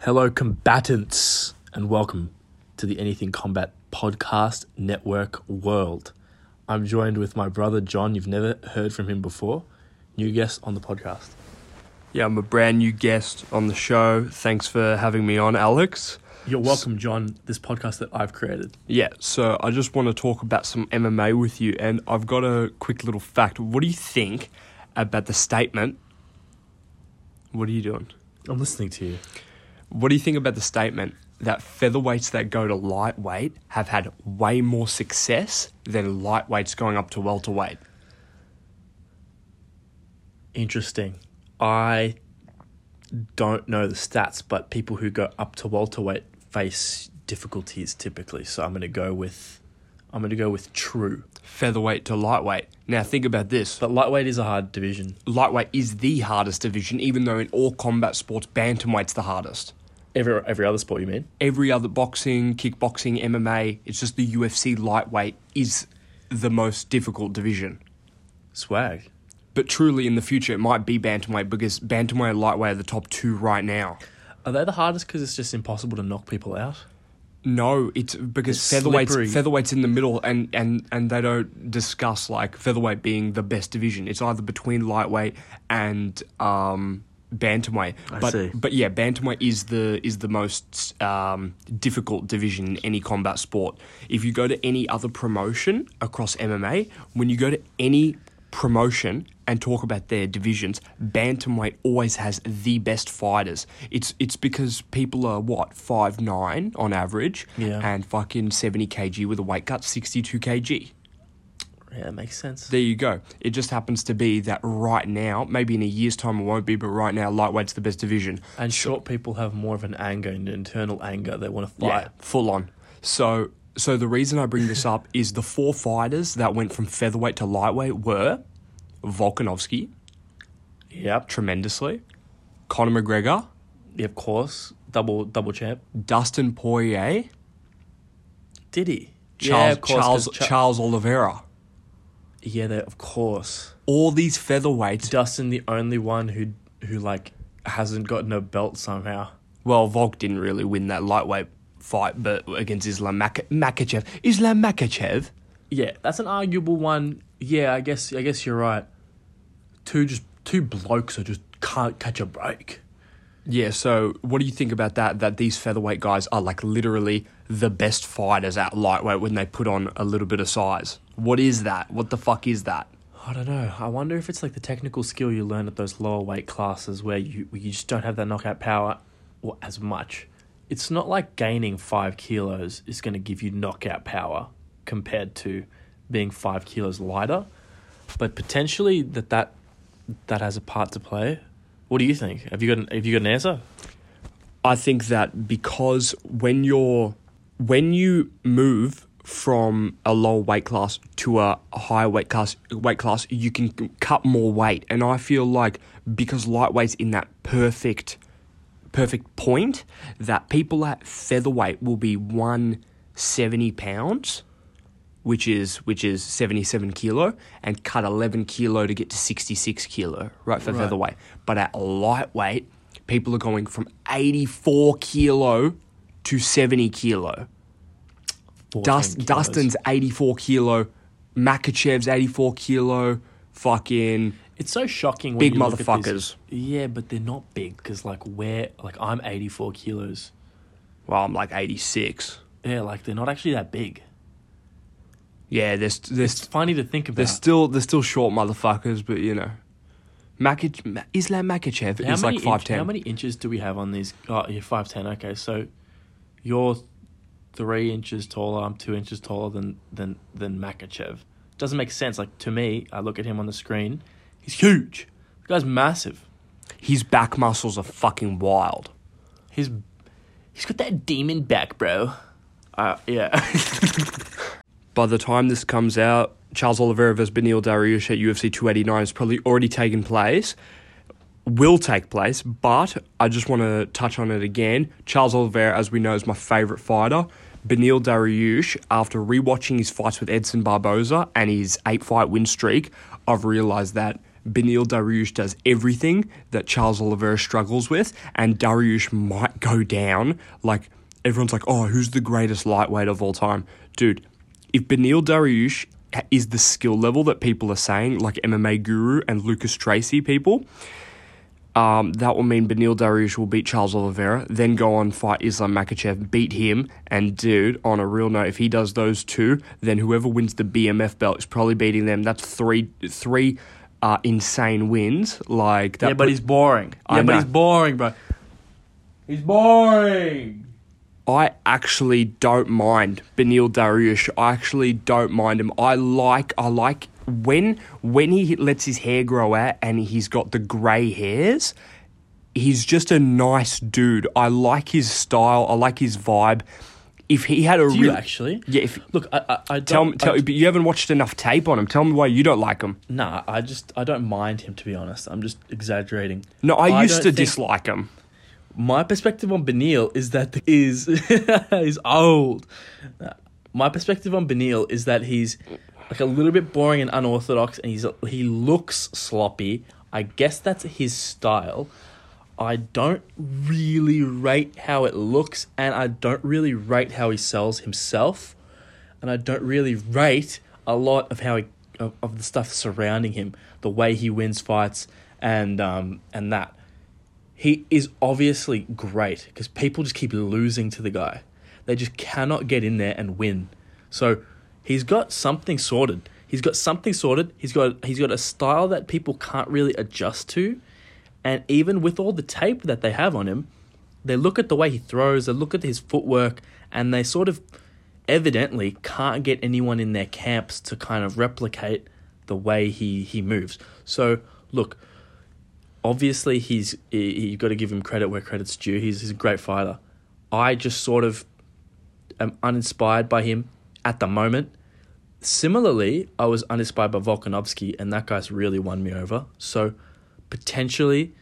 Hello, combatants, and welcome to the Anything Combat Podcast Network World. I'm joined with my brother John. You've never heard from him before. New guest on the podcast. Yeah, I'm a brand new guest on the show. Thanks for having me on, Alex. You're welcome, John. This podcast that I've created. Yeah, so I just want to talk about some MMA with you, and I've got a quick little fact. What do you think about the statement? What are you doing? I'm listening to you. What do you think about the statement that featherweights that go to lightweight have had way more success than lightweights going up to welterweight? Interesting. I don't know the stats, but people who go up to welterweight face difficulties typically. So I'm going to go with I'm going to go with true. Featherweight to lightweight. Now, think about this. But lightweight is a hard division. Lightweight is the hardest division, even though in all combat sports, bantamweight's the hardest. Every every other sport you mean? every other boxing, kickboxing, MMA, it's just the UFC lightweight is the most difficult division. Swag. But truly, in the future, it might be bantamweight because bantamweight and lightweight are the top two right now. Are they the hardest because it's just impossible to knock people out? No, it's because It's featherweight's slippery. featherweight's in the middle, and, and, and they don't discuss like featherweight being the best division. It's either between lightweight and um, bantamweight. I but see. but yeah, bantamweight is the is the most um, difficult division in any combat sport. If you go to any other promotion across MMA, when you go to any promotion and talk about their divisions, bantamweight always has the best fighters. It's it's because people are what five nine on average, Yeah. and fucking seventy kg with a weight cut sixty two kg. Yeah, that makes sense. There you go. It just happens to be that right now, maybe in a year's time it won't be, but right now lightweight's the best division. and short people have more of an anger, an internal anger. They want to fight. Yeah, full on. So, so the reason I bring this up is the four fighters that went from featherweight to lightweight were Volkanovski, Yep. tremendously, Conor McGregor, Yeah, of course. Double double champ. Dustin Poirier, Did he? Charles yeah, of course, 'cause Charles Cha- Charles Oliveira. yeah, they- of course. All these featherweights. Dustin, the only one who who like hasn't gotten a belt somehow. Well, Volk didn't really win that lightweight fight, but against Islam Mak- Makachev. Islam Makachev. Yeah, that's an arguable one. Yeah, I guess I guess you're right. Two just two blokes who just can't catch a break. Yeah, so what do you think about that? That these featherweight guys are like literally the best fighters at lightweight when they put on a little bit of size. What is that? What the fuck is that? I don't know. I wonder if it's like the technical skill you learn at those lower weight classes where you where you just don't have that knockout power or as much. It's not like gaining five kilos is going to give you knockout power compared to being five kilos lighter, but potentially that that that has a part to play. What do you think? Have you got an, have you got an answer? I think that because when you're when you move from a lower weight class to a higher weight class weight class, you can c- cut more weight. And I feel like because lightweight's in that perfect perfect point that people at featherweight will be one seventy pounds, which is which is seventy seven kilo, and cut eleven kilo to get to sixty six kilo, right for Right. featherweight. But at lightweight, people are going from eighty four kilo to seventy kilo. 14 Dust, kilos. Dustin's eighty four kilo, Makachev's eighty four kilo, fucking It's so shocking. When big you look at these- motherfuckers. Yeah, but they're not big because like where like I'm 84 kilos. Well, I'm like eighty six. Yeah, like they're not actually that big. Yeah, there's there's It's funny to think about. They're still they're still short motherfuckers, but you know, Makach, Ma- Islam Makachev how is many like five inch- How ten. many inches do we have on these? Oh, you're five ten. Okay, so you're three inches taller. I'm two inches taller than than than Makachev. Doesn't make sense. Like to me, I look at him on the screen. He's huge. The guy's massive. His back muscles are fucking wild. He's he's got that demon back, bro. Uh, yeah. By the time this comes out, Charles Oliveira versus Benil Dariush at UFC 289 has probably already taken place, will take place, but I just want to touch on it again. Charles Oliveira, as we know, is my favorite fighter. Benil Dariush, after rewatching his fights with Edson Barboza and his eight fight win streak, I've realized that Benil Dariush does everything that Charles Oliveira struggles with, and Dariush might go down. Like everyone's like, oh, who's the greatest lightweight of all time, dude? If Benil Dariush is the skill level that people are saying, like MMA Guru and Lucas Tracy people, um, that will mean Benil Dariush will beat Charles Oliveira, then go on fight Islam Makachev, beat him, and dude, on a real note, if he does those two, then whoever wins the BMF belt is probably beating them. That's three three uh, insane wins. Like that yeah, but put- he's boring. I yeah, but know. he's boring, bro. He's boring. I actually don't mind Benil Dariush. I actually don't mind him. I like I like when when he lets his hair grow out and he's got the grey hairs. He's just a nice dude. I like his style. I like his vibe. If he had a Do you real actually? yeah, if Look, I, I, I don't. tell me tell I, but you haven't watched enough tape on him. Tell me why you don't like him. nah, I just I don't mind him to be honest. I'm just exaggerating. No, I, used don't to think- dislike him. My perspective on Benil is that the, is is old. Nah, My perspective on Benil is that he's like a little bit boring and unorthodox, and he's he looks sloppy. I guess that's his style. I don't really rate how it looks, and I don't really rate how he sells himself, and I don't really rate a lot of how he of, of the stuff surrounding him, the way he wins fights, and um and that he is obviously great because people just keep losing to the guy. They just cannot get in there and win. So he's got something sorted. He's got something sorted. He's got he's got a style that people can't really adjust to. And even with all the tape that they have on him, they look at the way he throws, they look at his footwork, and they sort of evidently can't get anyone in their camps to kind of replicate the way he, he moves. So look, obviously he's he, you've got to give him credit where credit's due. He's, he's a great fighter. I just sort of am uninspired by him at the moment. Similarly, I was uninspired by Volkanovski, and that guy's really won me over. So potentially,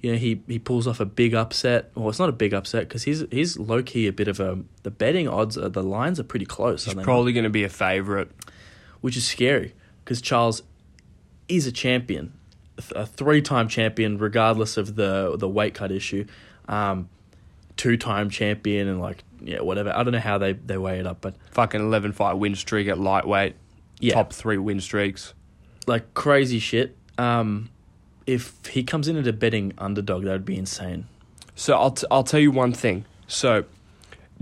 you know, he, he pulls off a big upset. Well, it's not a big upset because he's he's low key a bit of a the betting odds are the lines are pretty close. He's aren't they? probably going to be a favorite. which is scary because Charles is a champion, th- a three-time champion, regardless of the the weight cut issue, um, two-time champion, and like yeah, whatever. I don't know how they they weigh it up, but Fucking eleven fight win streak at lightweight. Yeah. Top three win streaks. like crazy shit. Um, if he comes in at a betting underdog, that would be insane. So I'll, t- I'll tell you one thing. So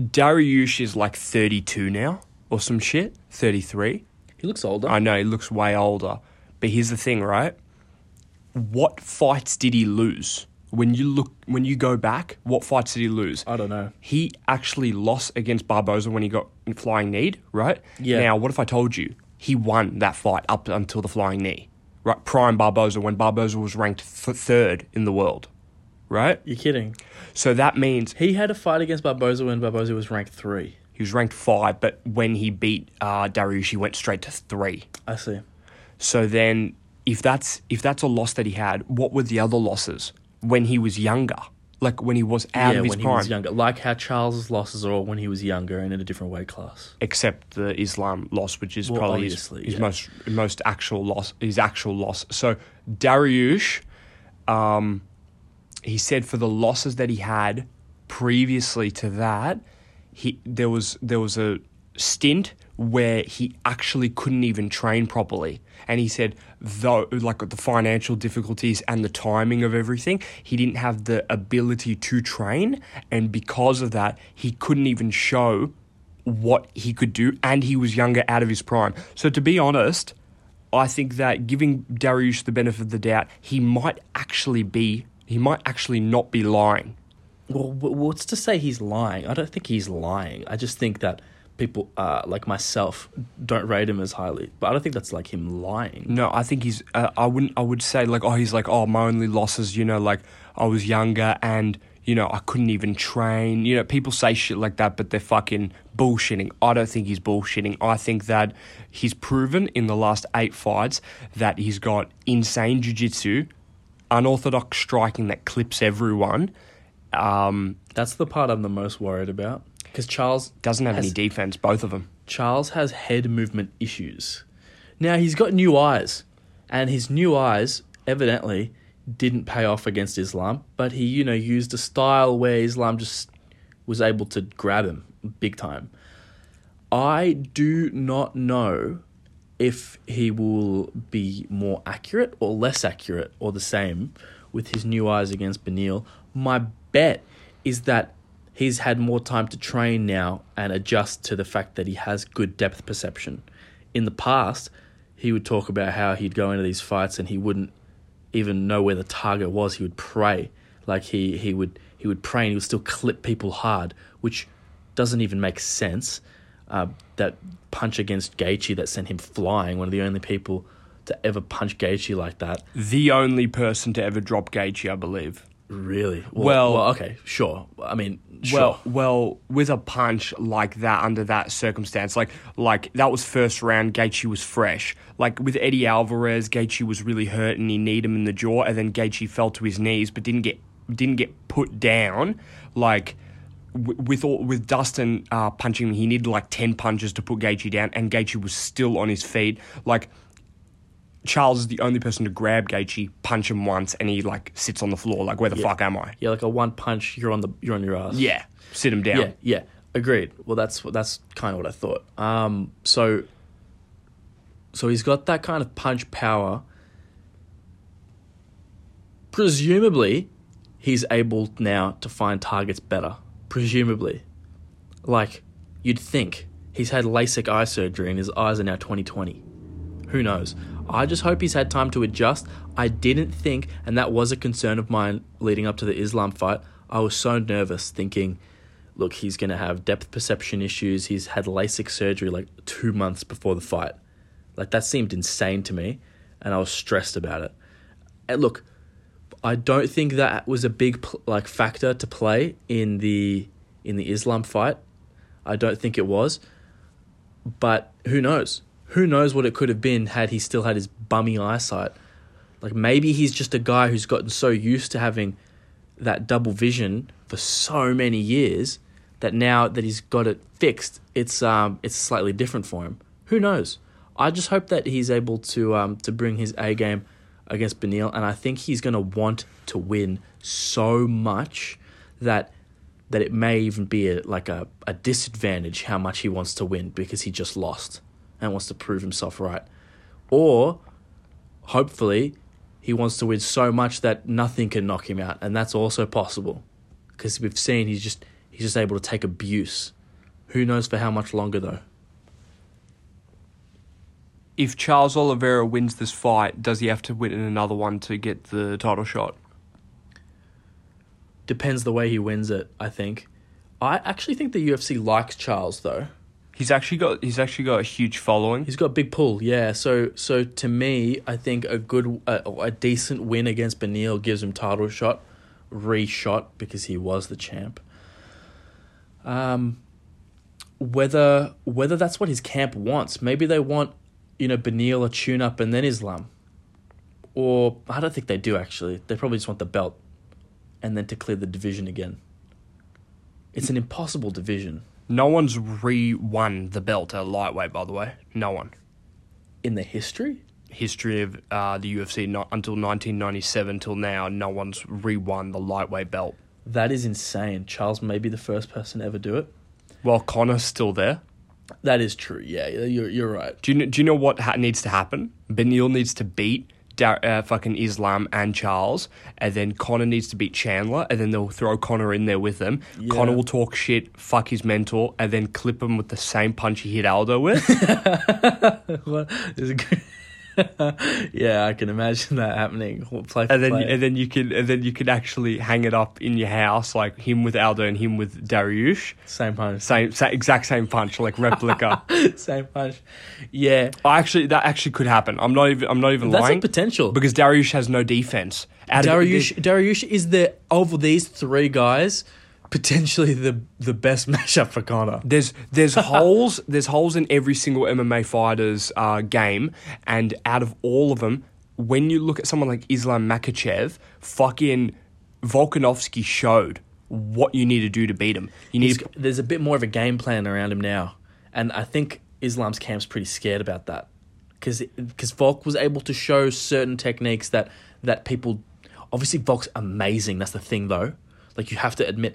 Dariush is like 32 now or some shit, 33. He looks older. I know he looks way older, but here's the thing, right? What fights did he lose? When you look when you go back, what fights did he lose? I don't know. He actually lost against Barboza when he got in flying knee, right? Yeah. Now, what if I told you he won that fight up until the flying knee? Right, prime Barboza when Barboza was ranked th- third in the world, right? You're kidding. So that means He had a fight against Barboza when Barboza was ranked three. He was ranked five, but when he beat uh, Dariush, he went straight to three. I see. So then, if that's if that's a loss that he had, what were the other losses when he was younger? Like when he was out yeah, of his when he prime, was younger, like how Charles's losses are all when he was younger and in a different weight class. except the Islam loss, which is Well, probably his, obviously, his yeah. most most actual loss. His actual loss. So Dariush, um, he said for the losses that he had previously to that, he there was there was a stint where he actually couldn't even train properly, and he said though like the financial difficulties and the timing of everything, he didn't have the ability to train, and because of that, he couldn't even show what he could do, and he was younger out of his prime. So to be honest. I think that giving Darius the benefit of the doubt, he might actually be, he might actually not be lying. Well, wh- what's to say he's lying? I don't think he's lying. I just think that people, uh, like myself, don't rate him as highly. But I don't think that's like him lying. No, I think he's, uh, I wouldn't, I would say like, oh, he's like, oh, my only losses, you know, like I was younger and, you know, I couldn't even train. You know, people say shit like that, but they're fucking bullshitting. I don't think he's bullshitting. I think that he's proven in the last eight fights that he's got insane jiu-jitsu, unorthodox striking that clips everyone. Um, That's the part I'm the most worried about because Charles doesn't have has, any defense, both of them. Charles has head movement issues. Now he's got new eyes, and his new eyes evidently didn't pay off against Islam, but he, you know, used a style where Islam just was able to grab him big time. I do not know if he will be more accurate or less accurate or the same with his new eyes against Benil. My bet is that he's had more time to train now and adjust to the fact that he has good depth perception. In the past, he would talk about how he'd go into these fights and he wouldn't even know where the target was. He would pray, like he he would he would pray and he would still clip people hard, which doesn't even make sense. Uh, that punch against Gaethje that sent him flying, one of the only people to ever punch Gaethje like that. The only person to ever drop Gaethje, I believe. Really? Well- okay, sure. I mean, sure. Well, well, with a punch like that under that circumstance, like like that was first round. Gaethje was fresh. Like with Eddie Alvarez, Gaethje was really hurt and he kneed him in the jaw, and then Gaethje fell to his knees but didn't get didn't get put down. Like w- with all, with Dustin uh, punching him, he needed like ten punches to put Gaethje down, and Gaethje was still on his feet. Like Charles is the only person to grab Gaethje, punch him once, and he like sits on the floor. Like where the fuck am I? yeah, like a one punch, you're on the you're on your ass. Yeah, sit him down. Yeah, yeah, agreed. Well, that's what- that's kind of what I thought. Um, so, so he's got that kind of punch power. Presumably, he's able now to find targets better. Presumably, like you'd think he's had LASIK eye surgery and his eyes are now twenty twenty. Who knows? I just hope he's had time to adjust. I didn't think, and that was a concern of mine leading up to the Islam fight. I was so nervous thinking, look, he's going to have depth perception issues. He's had LASIK surgery like two months before the fight. Like, that seemed insane to me, and I was stressed about it. And look, I don't think that was a big pl- like factor to play in the in the Islam fight. I don't think it was. But who knows? Who knows what it could have been had he still had his bummy eyesight? Like maybe he's just a guy who's gotten so used to having that double vision for so many years that now that he's got it fixed, it's um it's slightly different for him. Who knows? I just hope that he's able to um to bring his A game against Benil, and I think he's gonna want to win so much that that it may even be a, like a, a disadvantage how much he wants to win because he just lost and wants to prove himself right. Or hopefully he wants to win so much that nothing can knock him out and that's also possible because we've seen he's just he's just able to take abuse. Who knows for how much longer though? if Charles Oliveira wins this fight, does he have to win another one to get the title shot? Depends the way he wins it, I think. I actually think the UFC likes Charles though. He's actually got he's actually got a huge following. He's got a big pull, yeah. So, so to me, I think a good, a, a decent win against Benil gives him title shot, reshot because he was the champ. Um, whether whether that's what his camp wants, maybe they want, you know, Benil a tune up and then Islam, or I don't think they do actually. They probably just want the belt, and then to clear the division again. It's an impossible division No one's re won the belt at lightweight, by the way. No one. in the history. History of uh, the UFC not until 1997 till now, no one's re won the lightweight belt. That is insane. Charles may be the first person to ever do it. Well, Connor's still there. That is true. Yeah, you're you're right. Do you know, do you know what ha- needs to happen? Benil needs to beat Dar- uh, fucking Islam and Charles, and then Connor needs to beat Chandler, and then they'll throw Connor in there with them. Yeah. Connor will talk shit, fuck his mentor, and then clip him with the same punch he hit Aldo with. What is it- yeah, I can imagine that happening. We'll Play for and then play. and then you can and then you can actually hang it up in your house, like him with Aldo and him with Dariush. same punch, Same, sa exact same punch, like replica. same punch. Yeah, I actually, that actually could happen. I'm not even, I'm not even that's a lying potential. because Dariush has no defense. Out of- Dariush Dariush is the of these three guys potentially the the best matchup for Connor. There's there's holes there's holes in every single MMA fighter's uh, game, and out of all of them, when you look at someone like Islam Makachev, fucking Volkanovski showed what you need to do to beat him. You need He's- there's a bit more of a game plan around him now, and I think Islam's camp's pretty scared about that because Volk was able to show certain techniques that that people obviously Volk's amazing. That's the thing though. Like you have to admit,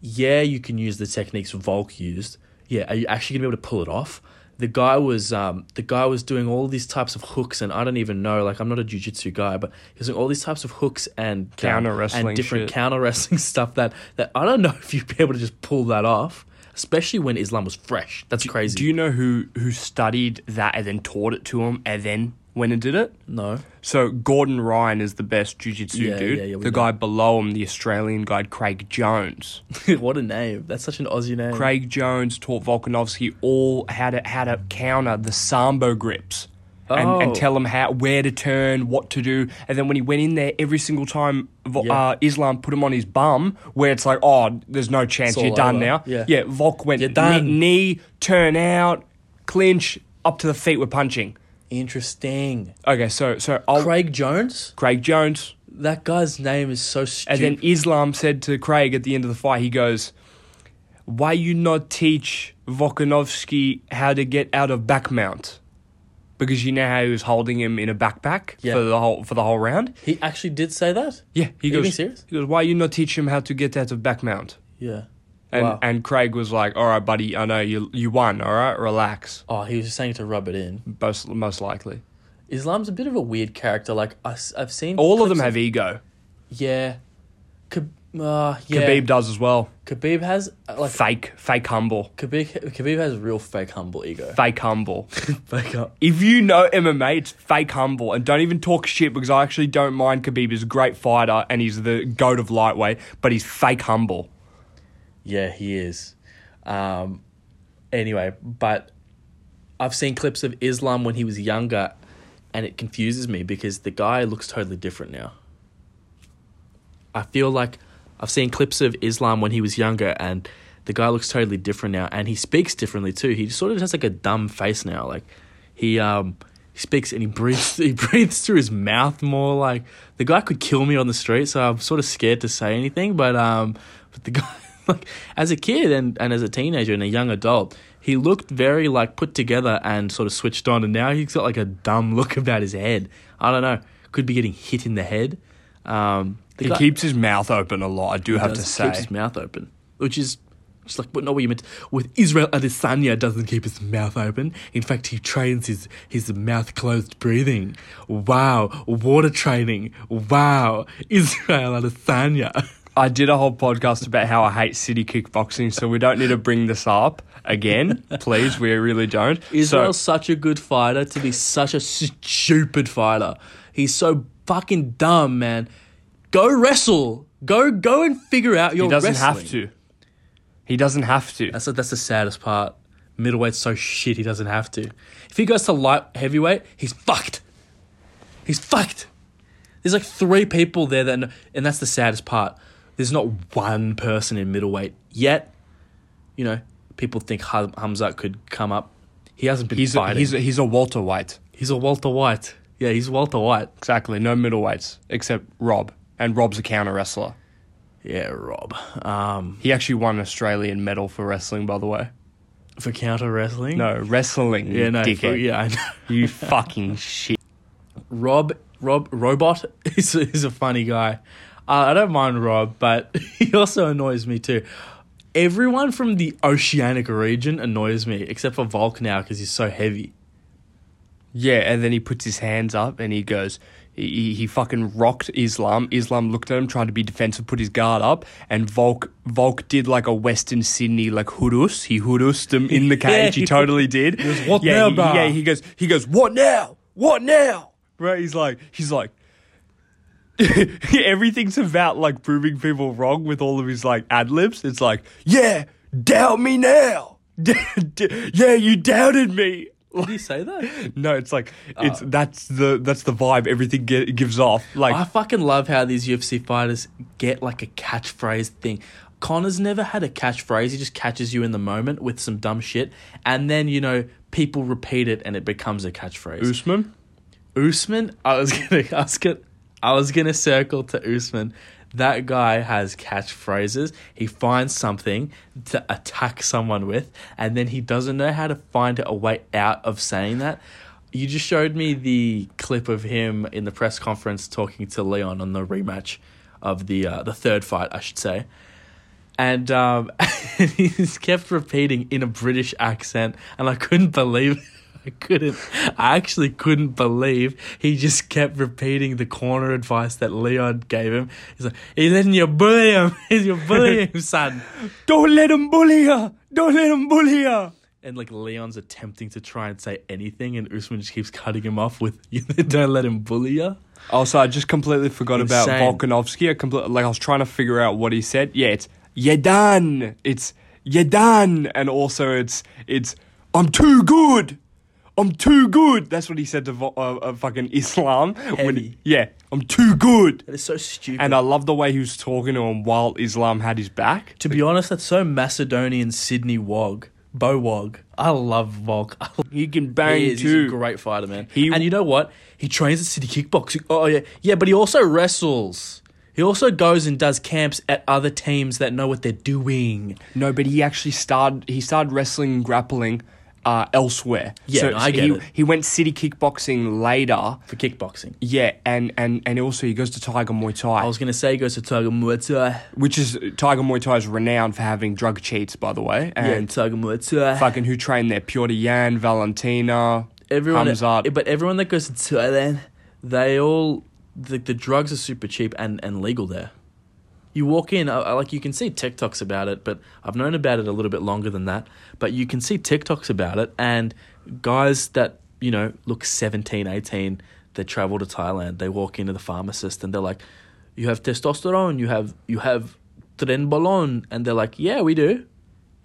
yeah, you can use the techniques Volk used. Yeah, are you actually gonna be able to pull it off? The guy was um, the guy was doing all these types of hooks, and I don't even know. Like I'm not a jujitsu guy, but he was doing all these types of hooks and um, Counter wrestling and different shit. counter wrestling stuff that that I don't know if you'd be able to just pull that off. Especially when Islam was fresh. That's crazy. Do you know who who studied that and then taught it to him and then went and did it? no. So Gordon Ryan is the best jiu-jitsu Yeah, dude. yeah, yeah, we the know. guy below him, the Australian guy Craig Jones. what a name. That's such an Aussie name. Craig Jones taught Volkanovski all how to how to counter the sambo grips. And, Oh. and tell him how where to turn, what to do, and then when he went in there, every single time Vo- Yeah. uh, Islam put him on his bum, where it's like, oh, there's no chance, all you're done over. now. Yeah. yeah, Volk went You're done. Knee, knee, turn out, clinch, up to the feet. We're punching. Interesting. Okay, so so I'll, Craig, Craig Jones? Jones, That guy's name is so stupid. and then Islam said to Craig at the end of the fight, he goes, "Why you not teach Volkanovski how to get out of back mount? Because you know how he was holding him in a backpack Yeah. for the whole for the whole round. he actually did say that? Yeah, he you goes, being serious? He goes, "Why you not teach him how to get out of back mount? Yeah. And wow. and Craig was like, "All right, buddy, I know you you won. All right, relax." oh, he was saying to rub it in. Most most likely, Islam's a bit of a weird character. Like, I, have seen. all of them clips have ego. Yeah. Khabib, uh, yeah. Khabib does as well. Khabib has. uh, Like, fake, fake humble, Khabib, Khabib has real fake humble ego. fake humble. Fake up. If you know MMA, it's fake humble, and don't even talk shit because I actually don't mind Khabib. He's a great fighter and he's the goat of lightweight, but he's fake humble. Yeah, he is. Um, anyway, but I've seen clips of Islam when he was younger, and it confuses me because the guy looks totally different now. I feel like I've seen clips of Islam when he was younger, and the guy looks totally different now, and he speaks differently too. He sort of has like a dumb face now, like he um he speaks and he breathes he breathes through his mouth more. Like the guy could kill me on the street, so I'm sort of scared to say anything. But um, but the guy like as a kid and and as a teenager and a young adult. He looked very like put together and sort of switched on, and now he's got like a dumb look about his head. I don't know. Could be getting hit in the head. Um, the He guy- keeps his mouth open a lot. I do have to does- say. keeps his mouth open, which is just like but not what you meant. With Israel Adesanya doesn't keep his mouth open. In fact, he trains his his mouth closed breathing. Wow, water training. Wow, Israel Adesanya. I did a whole podcast about how I hate city kickboxing, so we don't need to bring this up again, please. We really don't. Israel's so such a good fighter to be such a stupid fighter. He's so fucking dumb, man. Go wrestle. Go go and figure out your he doesn't wrestling. have to. He doesn't have to. That's that's the saddest part. Middleweight's so shit he doesn't have to. If he goes to light heavyweight, he's fucked. He's fucked. There's like three people there that, kn- and that's the saddest part. There's not one person in middleweight yet. You know, people think Ham- Hamza could come up. He hasn't been He's a, fighting. he's a, he's a Walter White. he's a Walter White. Yeah, he's Walter White. Exactly. No middleweights except Rob, and Rob's a counter wrestler. Yeah, Rob. Um, He actually won an Australian medal for wrestling, by the way. for counter wrestling. No, wrestling. Yeah, no. dickhead. For, yeah, I know. You fucking shit. Rob Rob Robot is is a funny guy. Uh, I don't mind Rob, but he also annoys me too. Everyone from the oceanic region annoys me, except for Volk now because he's so heavy. Yeah, and then he puts his hands up and he goes, he- he, he fucking rocked Islam. Islam looked at him, tried to be defensive, put his guard up, and Volk Volk did like a Western Sydney like hurus. He hurused him in the Yeah, cage. he he- totally did. "What yeah, now, he, bruh?" yeah, he goes, he goes, what now? What now? Right? He's like, he's like. Everything's about like proving people wrong with all of his like ad libs. It's like, yeah, doubt me now. yeah, you doubted me. Did he say that? No, it's like it's that's the that's the vibe everything ge- gives off. Like I fucking love how these UFC fighters get like a catchphrase thing. Connor's never had a catchphrase. He just catches you in the moment with some dumb shit, and then you know people repeat it, and it becomes a catchphrase. Usman, Usman, I was gonna I was gonna, I was gonna circle to Usman. That guy has catchphrases. He finds something to attack someone with, and then he doesn't know how to find a way out of saying that. You just showed me the clip of him in the press conference talking to Leon on the rematch of the uh, the third fight, I should say. And um, he's kept repeating in a British accent, and I couldn't believe. I couldn't. I actually couldn't believe he just kept repeating the corner advice that Leon gave him. He's like, "He's letting you bully him. He's you bully him, son." Don't let him bully her. Don't let him bully her. And like Leon's attempting to try and say anything, and Usman just keeps cutting him off with, "Don't let him bully you." Also, I just completely forgot Insane. about Volkanovski. I compl- like I was trying to figure out what he said. Yeah, it's you done. It's you done, and also it's it's I'm too good. I'm too good. That's what he said to Vo- uh, uh, fucking Islam. When Heavy. yeah, I'm too good. That is so stupid. And I love the way he was talking to him while Islam had his back. To be honest, that's so Macedonian Sydney Wog. Bo Wog. I love Volk. I love He can he bang is. He's a too. great fighter, man. He- and you know what? He trains at City Kickboxing. Oh, yeah. Yeah, but he also wrestles. He also goes and does camps at other teams that know what they're doing. No, but he actually started. He started wrestling, and grappling, uh, elsewhere. Yeah, no, I get he, it. he went city kickboxing later. For kickboxing. Yeah, and and and also he goes to Tiger Muay Thai, I was going to say he goes to Tiger Muay Thai. which is Tiger Muay Thai is renowned for having drug cheats, by the way, Yeah, and Tiger Muay Thai. fucking who trained there? Piotr Yan, Valentina, everyone Hamzat. but everyone that goes to Thailand, they all the, the drugs are super cheap and, and legal there. You walk in, uh, uh, like you can see TikToks about it, but I've known about it a little bit longer than that. But you can see TikToks about it, and guys that you know look 17, 18, they travel to Thailand. They walk into the pharmacist and they're like, "You have testosterone. You have you have trenbolone," and they're like, "Yeah, we do.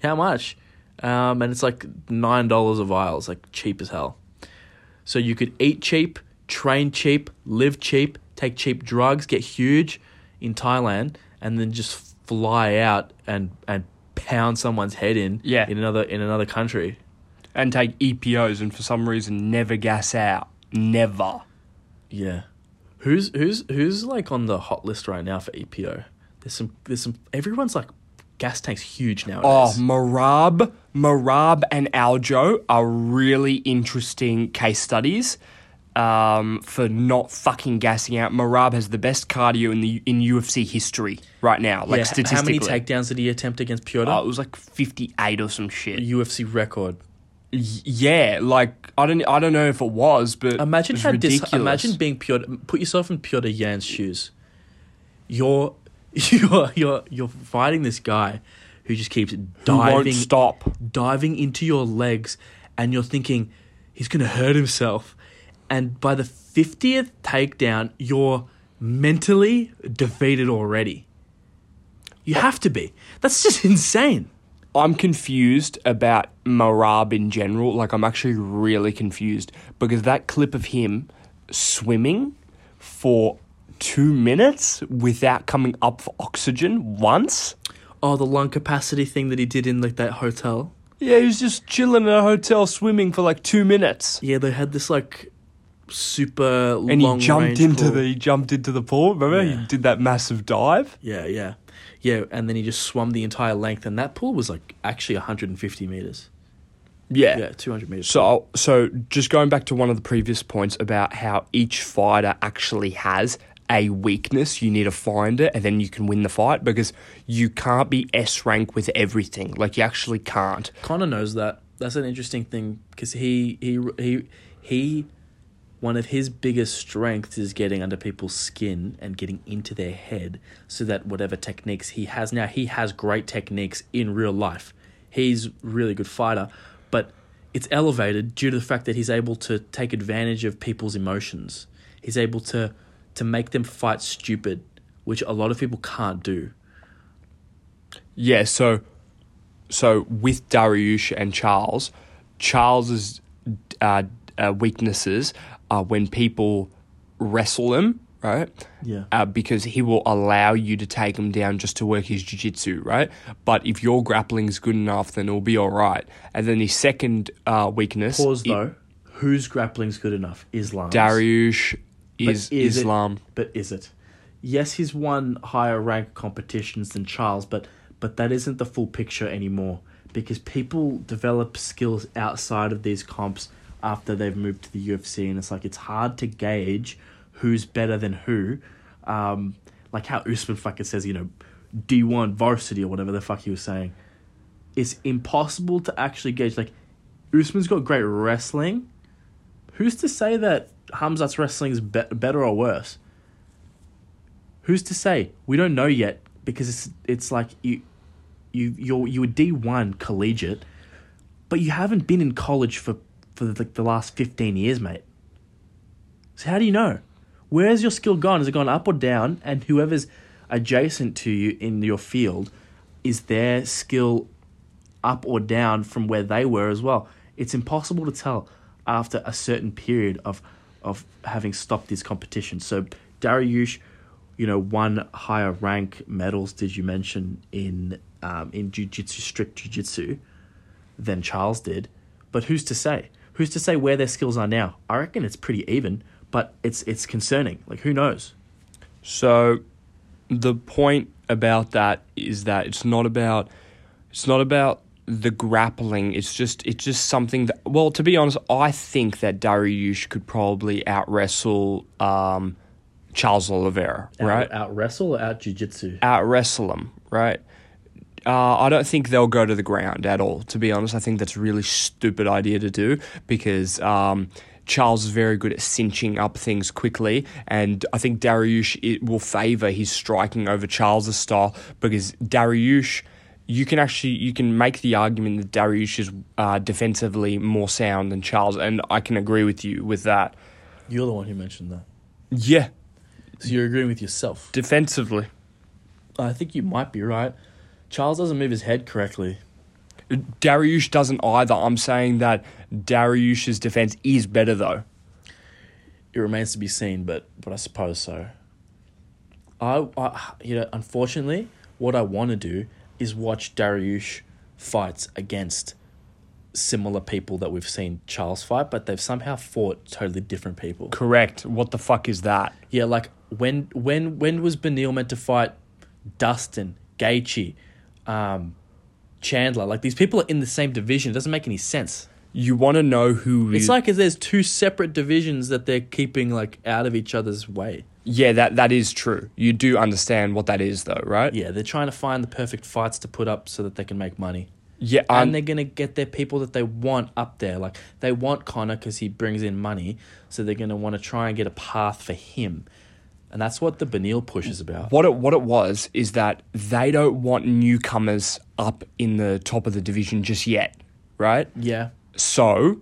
How much?" Um, and it's like nine dollars a vial. It's like cheap as hell. So you could eat cheap, train cheap, live cheap, take cheap drugs, get huge in Thailand, and then just fly out and and pound someone's head in Yeah. in another in another country. and take EPOs, and for some reason never gas out, never. Yeah. Who's who's who's like on the hot list right now for EPO? There's some there's some everyone's like gas tanks huge Oh, nowadays. Marab, Marab, and Aljo are really interesting case studies um, for not fucking gassing out. Marab has the best cardio in the in UFC history right now, Yeah, like h- how statistically. many takedowns did he attempt against Piotr? Oh, it was like fifty eight or some shit. UFC record. Y- yeah, like I don't I don't know if it was, but Imagine it was how ridiculous. dis- imagine being Piotr. Put yourself in Piotr Yan's shoes. You're you're you're you're fighting this guy who just keeps Who won't diving stop. diving into your legs, and you're thinking he's gonna hurt himself. And by the fiftieth takedown, you're mentally defeated already. You have to be. That's just insane. I'm confused about Marab in general. Like, I'm actually really confused because that clip of him swimming for two minutes without coming up for oxygen once. Oh, the lung capacity thing that he did in like that hotel. Yeah, he was just chilling in a hotel swimming for like two minutes. Yeah, they had this like super And long he jumped range into crawl. the he jumped into the pool. Remember, Yeah. he did that massive dive. yeah yeah yeah, and then he just swum the entire length, and that pool was like actually 150 meters. Yeah, 200 meters. So, so just going back to one of the previous points about how each fighter actually has a weakness, you need to find it, and then you can win the fight because you can't be S rank with everything. Like you actually can't. Connor knows that. That's an interesting thing because he he he he one of his biggest strengths is getting under people's skin and getting into their head so that whatever techniques he has now he has great techniques in real life. He's a really good fighter, but it's elevated due to the fact that he's able to take advantage of people's emotions. He's able to to make them fight stupid, which a lot of people can't do. Yeah. So, so with Dariush and Charles, Charles's uh, uh, weaknesses are when people wrestle him, right? Yeah. uh, because he will allow you to take him down just to work his jiu-jitsu, right? But if your grappling is good enough, then it'll be all right. And then his second uh, weakness Pause i- though. Whose grappling's good enough? Islam. Dariush is is, it- Islam. But is it? Yes, he's won higher rank competitions than Charles, but but that isn't the full picture anymore because people develop skills outside of these comps after they've moved to the UFC, and it's like it's hard to gauge who's better than who. Um, like how Usman fucking says, you know, D one varsity or whatever the fuck he was saying. It's impossible to actually gauge. Like Usman's got great wrestling. Who's to say that Hamzat's wrestling is be- better or worse? Who's to say? We don't know yet because it's it's like you you you're you were D one collegiate, but you haven't been in college for for like the last fifteen years, mate. So how do you know? Where's your skill gone? Has it gone up or down? And whoever's adjacent to you in your field, is their skill up or down from where they were as well? It's impossible to tell after a certain period of of having stopped these competitions. So Dariush, you know, won higher rank medals. Did you mention in um, in jiu-jitsu, strict jiu-jitsu, than Charles did? But who's to say? Who's to say where their skills are now? I reckon it's pretty even, but it's it's concerning. Like who knows? So the point about that is that it's not about it's not about the grappling. It's just it's just something that well, to be honest, I think that Dariush could probably out wrestle um, Charles Oliveira, right? Out, out wrestle, or out jiu-jitsu. Out wrestle him, right? Uh, I don't think they'll go to the ground at all. To be honest, I think that's a really stupid idea to do because um, Charles is very good at cinching up things quickly, and I think Dariush it will favour his striking over Charles's style because Dariush. You can actually you can make the argument that Dariush is uh, defensively more sound than Charles, and I can agree with you with that. You're the one who mentioned that. Yeah, So you're agreeing with yourself. defensively. I think you might be right. Charles doesn't move his head correctly. Dariush doesn't either. I'm saying that Dariush's defense is better though. it remains to be seen, but but I suppose so. I, I you know, unfortunately, what I want to do is watch Dariush fights against similar people that we've seen Charles fight, but they've somehow fought totally different people. Correct. What the fuck is that? Yeah, like when when when was Benil meant to fight Dustin, Gaethje, um, Chandler? Like these people are in the same division. It doesn't make any sense. You want to know who It's is- like if there's two separate divisions that they're keeping like out of each other's way. Yeah, that that is true. You do understand what that is though, right? Yeah, they're trying to find the perfect fights to put up so that they can make money. Yeah, um, and I'm, they're going to get their people that they want up there. Like, they want Connor because he brings in money. So they're going to want to try and get a path for him. And that's what the Benil push is about. what it what it was is that they don't want newcomers up in the top of the division just yet, right? Yeah. So,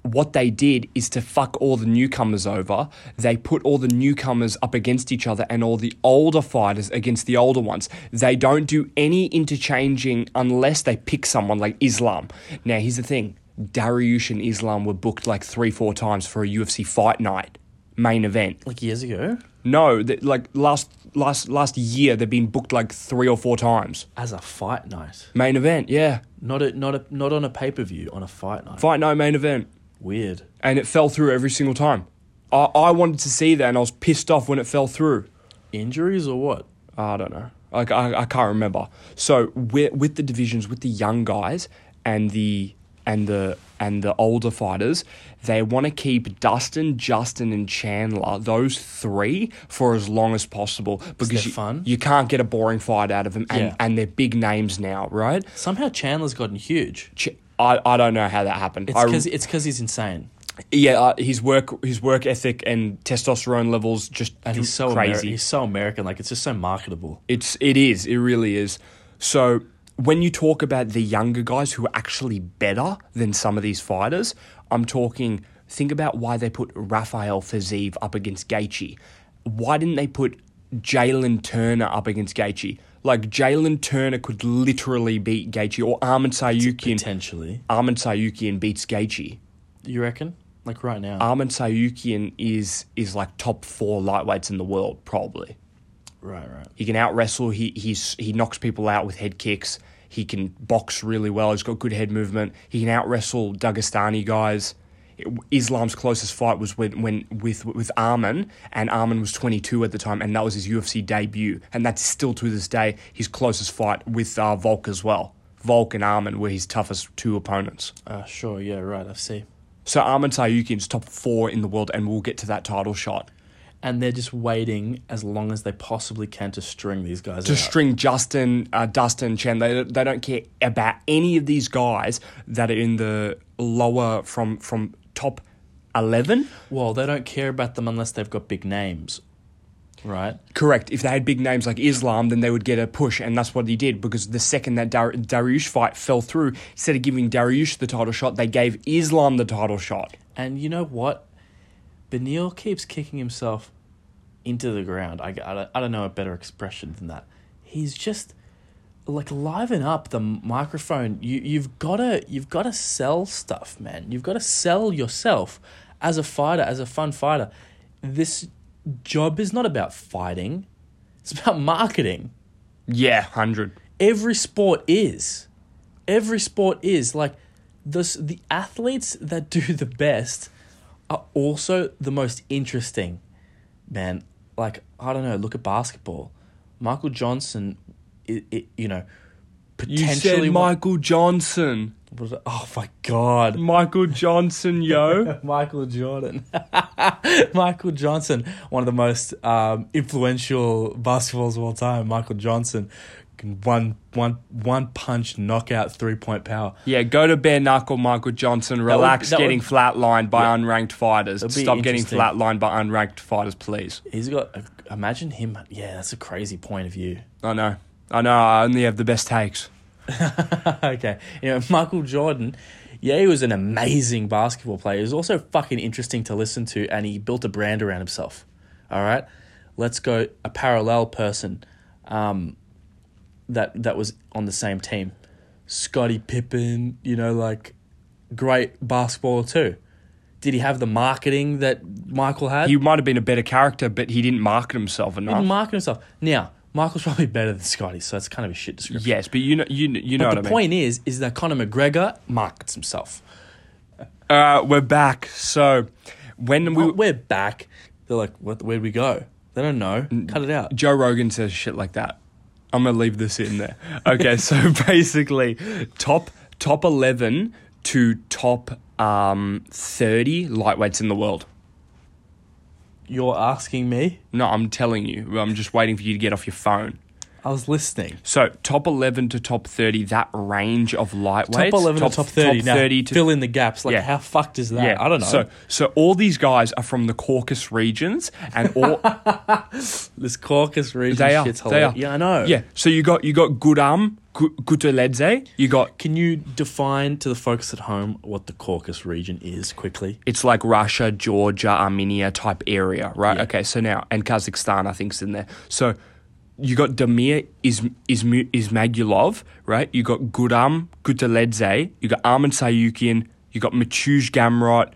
what they did is to fuck all the newcomers over. They put all the newcomers up against each other and all the older fighters against the older ones. They don't do any interchanging unless they pick someone like Islam. Now, here's the thing Dariush and Islam were booked like three, four times for a UFC fight night main event. Like years ago, No, that like last last last year they've been booked like three or four times. as a fight night, Main event, yeah. not a, not a, not on a pay per view, on a fight night. Fight night main event. Weird. and it fell through every single time. I, I wanted to see that, and I was pissed off when it fell through. Ah, Injuries or what? I don't know. Like I, I can't remember. So with with the divisions, with the young guys and the and the and the older fighters, they want to keep Dustin, Justin, and Chandler those three for as long as possible because they're you, fun. you can't get a boring fight out of them, and Yeah. and they're big names now, right? Somehow Chandler's gotten huge. Ch- I, I don't know how that happened. It's I- because it's because he's insane. Yeah, uh, his work his work ethic and testosterone levels just And he's so Ameri- crazy. he's so American. Like it's just so marketable. It's it is it really is. So when you talk about the younger guys who are actually better than some of these fighters, I'm talking. Think about why they put Rafael Fazeev up against Gaethje. Why didn't they put Jalen Turner up against Gaethje? Like Jalen Turner could literally beat Gaethje, or Armin Sayukin. Potentially, Armin Sayukin beats Gaethje. you reckon? Like right now. Armin Sayukin is is like top four lightweights in the world, probably. Right, right. He can out wrestle. He he's he knocks people out with head kicks. He can box really well. He's got good head movement. He can out wrestle Dagestani guys. Islam's closest fight was when, when with with Arman, and Arman was 22 at the time, and that was his UFC debut, and that's still to this day his closest fight with uh, Volk as well. Volk and Arman were his toughest two opponents. Uh, sure, yeah, right, I see. So Armin Sayukin's top four in the world, and we'll get to that title shot. And they're just waiting as long as they possibly can to string these guys to out. string Justin, uh, Dustin, Chen. They, they don't care about any of these guys that are in the lower from from top eleven. well, they don't care about them unless they've got big names, right? Correct. If they had big names like Islam, then they would get a push, and that's what he did. Because the second that Dar- Dariush fight fell through, instead of giving Dariush the title shot, they gave Islam the title shot. And you know what? Benil keeps kicking himself into the ground. I, I, don't- I don't know a better expression than that. He's just like liven up the microphone. You you've gotta you've gotta sell stuff, man. You've gotta sell yourself as a fighter, as a fun fighter. This job is not about fighting. It's about marketing Yeah, hundred. every sport is every sport is like this the athletes that do the best are also the most interesting man like i don't know look at basketball michael johnson it, it you know You potentially said one- Michael Johnson. was it- oh my god Michael Johnson, yo. Michael Jordan. Michael Johnson, one of the most um, influential basketballs of all time. Michael Johnson, can one, one, one punch knockout three point power. Yeah, go to bare knuckle Michael Johnson. Relax that would- getting flatlined by unranked fighters. It'd be Stop getting interesting. flatlined by unranked fighters, please. He's got, a, imagine him. Yeah, that's a crazy point of view. I know. I know. I only have the best takes. okay. You know, Michael Jordan, yeah, he was an amazing basketball player. He was also fucking interesting to listen to, and he built a brand around himself. All right. Let's go a parallel person um, that, that was on the same team. Scottie Pippen, you know, like great basketball too. Did he have the marketing that Michael had? He might have been a better character, but he didn't market himself enough. didn't market himself. Now, Michael's probably better than Scotty, so that's kind of a shit description. yes, but you know, you you But know what the I mean. point is, is that Conor McGregor markets himself. Uh, we're back. So when we, we Oh, we're back. They're like, what, where'd we go? They don't know. Cut it out. Joe Rogan says shit like that. I'm gonna leave this in there. Okay, so basically, top top eleven to top um thirty lightweights in the world. You're asking me? No, I'm telling you. I'm just waiting for you to get off your phone. I was listening. So top eleven to top thirty, that range of lightweights. Top 11 or top 30. now, 30 to fill in the gaps. Like, Yeah. how fucked is that? yeah. I don't know. So so all these guys are from the Caucasus regions, and all this caucus region they are. shit's They are. hilarious. Yeah, I know. Yeah. So you got you got Gudam, Gu- Guteledze. You got Can you define to the folks at home what the caucus region is quickly? it's like Russia, Georgia, Armenia type area, right? Okay, so now and Kazakhstan I think's in there. So you got Demir is Ism- Ismagulov, right? You got Guram Guteledze, you got Armin Sayukin, you got Matuj Gamrot,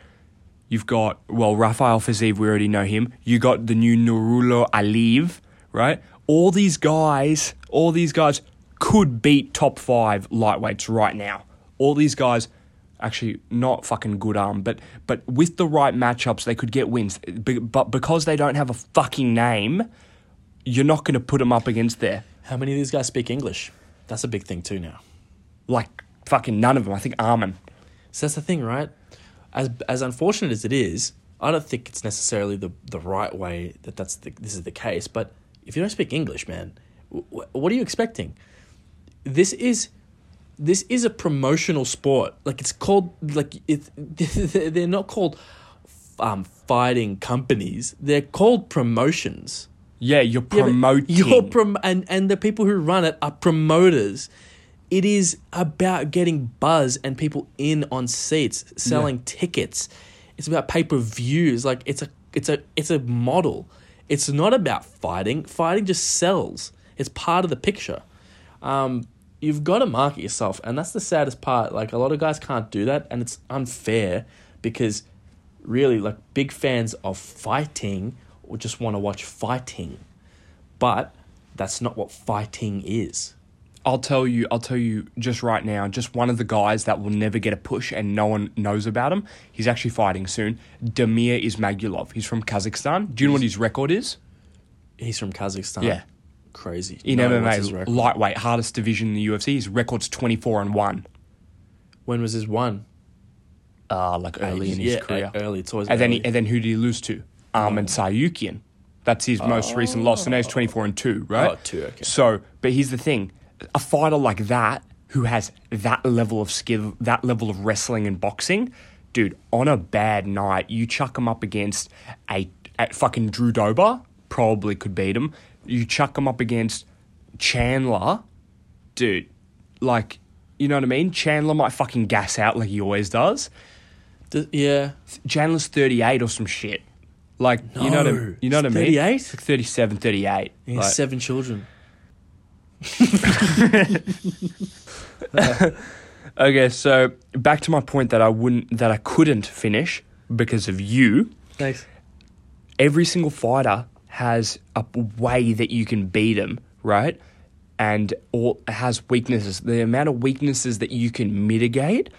you've got well Rafael Fazeev, we already know him. You got the new Nurulo Aliyev, right? All these guys, all these guys could beat top five lightweights right now. All these guys actually not fucking good arm, but but with the right matchups, they could get wins. Be- But because they don't have a fucking name, you're not going to put them up against there. How many of these guys speak English? That's a big thing, too, now. Like fucking none of them. I think Armin. So that's the thing, right? As as unfortunate as it is, I don't think it's necessarily the the right way that that's the, this is the case. But if you don't speak English, man, wh- wh- what are you expecting? This is this is a promotional sport. Like it's called like it. They're not called um, fighting companies. They're called promotions. Yeah, you're Yeah, but promoting. You're prom- and, and the people who run it are promoters. It is about getting buzz and people in on seats, selling tickets. It's about pay per views. Like it's a it's a it's a model. It's not about fighting. Fighting just sells. It's part of the picture. Um, you've got to market yourself, and that's the saddest part. Like a lot of guys can't do that, and it's unfair because really, like big fans of fighting or just want to watch fighting but that's not what fighting is. I'll tell you, I'll tell you just right now, just one of the guys that will never get a push and no one knows about him. He's actually fighting soon. Demir Ismagulov. He's from Kazakhstan. Do you know what his record is? He's from Kazakhstan. Yeah. Crazy. In No, what's his MMA, record? lightweight, hardest division in the UFC. His record's 24 and 1. When was his one? uh, like early Ages- in his yeah, e-, career. Early, it's always and then early. he, and then who did he lose to? Oh. Armin Sayukian. That's his most recent loss, and now he's twenty four and two, right? Oh, two, okay. So, but here's the thing: a fighter like that, who has that level of skill, that level of wrestling and boxing, dude, on a bad night, you chuck him up against a, a fucking Drew Dober, probably could beat him. You chuck him up against Chandler, dude, like, you know what I mean? Chandler might fucking gas out like he always does. D- yeah, Chandler's 38 or some shit. Like, you know what I, No. you know what I mean? 38? Like 37, 38. he Like, has seven children. okay, so back to my point that I wouldn't that I couldn't finish because of you. Thanks. Every single fighter has a p- way that you can beat them, right? And all has weaknesses. The amount of weaknesses that you can mitigate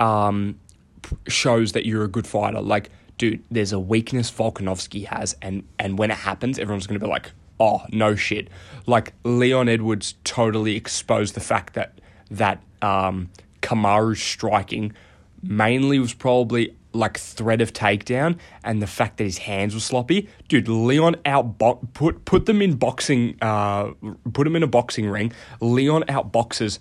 um, p- shows that you're a good fighter. Like, dude, there's a weakness Volkanovski has, and and when it happens, everyone's gonna be like, oh no shit. Like Leon Edwards totally exposed the fact that that um, Kamaru's striking mainly was probably like threat of takedown and the fact that his hands were sloppy. Dude, Leon out put put them in boxing uh put them in a boxing ring. Leon outboxes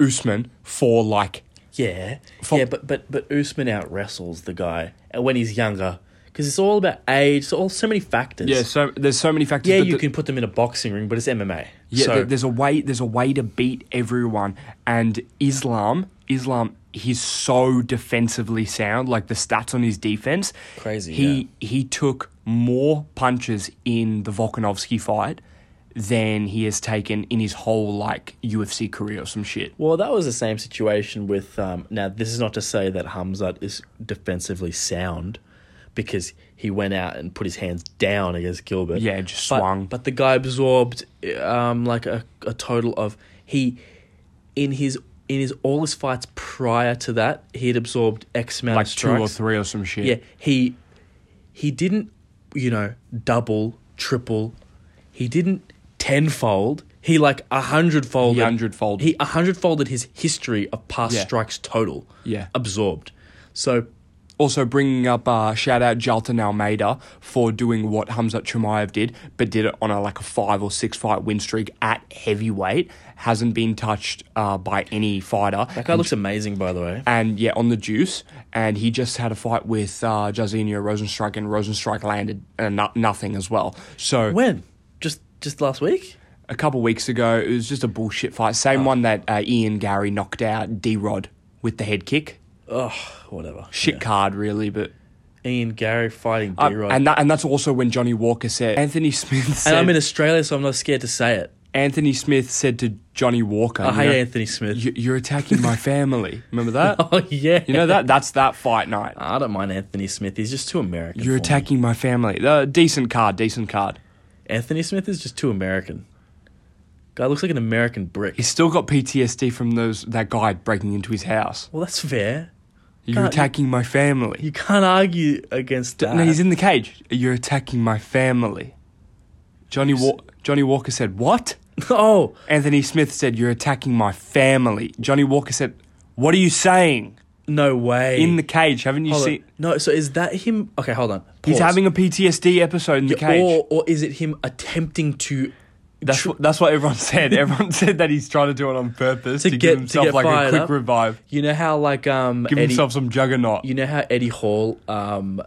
Usman for like Yeah, yeah, but but but Usman out wrestles the guy uh, when he's younger because it's all about age. It's all so many factors. so there's so many factors yeah, that you the- can put them in a boxing ring, but it's MMA. Yeah, so there- there's a way. There's a way to beat everyone. And Islam, Islam, he's so defensively sound. Like the stats on his defense, Crazy, He he took more punches in the Volkanovski fight than he has taken in his whole like UFC career or some shit. well, that was the same situation with. Um, now, this is not to say that Hamzat is defensively sound, because he went out and put his hands down against Gilbert. Yeah, just But- swung. But, the guy absorbed um, like a, a total of he in his in his all his fights prior to that he had absorbed X amount like of two or strikes. three or some shit. Yeah, he he didn't you know double triple. He didn't tenfold. He like a hundredfold. He hundredfolded. He a hundredfolded his history of past Yeah. strikes total. Yeah. absorbed. So Also bringing up uh, shout out Jalton Almeida for doing what Hamzat Chumayev did, but did it on a like a five or six fight win streak at heavyweight. Hasn't been touched uh, by any fighter. that guy looks amazing, by the way. And yeah, on the juice, and he just had a fight with uh, Jairzinho Rosenstrike, and Rosenstrike landed uh, no- nothing as well. So When just just last week. a couple weeks ago, it was just a bullshit fight. Same one that uh, Ian Gary knocked out D Rod with the head kick. Oh, whatever. Shit card, really, but Ian Gary fighting Uh, D Rod. and that, and that's also when Johnny Walker said Anthony Smith said And I'm in Australia, so I'm not scared to say it. Anthony Smith said to Johnny Walker I you hate know, Anthony Smith. "You- you're attacking my family remember that oh yeah. you know that that's that fight night I don't mind Anthony Smith. He's just too American. you're for me. attacking my family uh, decent card decent card Anthony Smith is just too American. Guy looks like an American brick. he's still got PTSD from those that guy breaking into his house well, that's fair. you're Can't- attacking my family You can't argue against that. no he's in the cage you're attacking my family Johnny Wa- Johnny Walker said what oh, Anthony Smith said you're attacking my family Johnny Walker said what are you saying no way. in the cage. Haven't you Hold on. seen? No, so is that him? Okay, hold on. He's Pause. having a PTSD episode in the cage. Or, or is it him attempting to that's what that's what everyone said. Everyone said that he's trying to do it on purpose to, get- give to himself get like a fired quick up. revive, You know how like um give Eddie, himself some juggernaut. you know how Eddie Hall um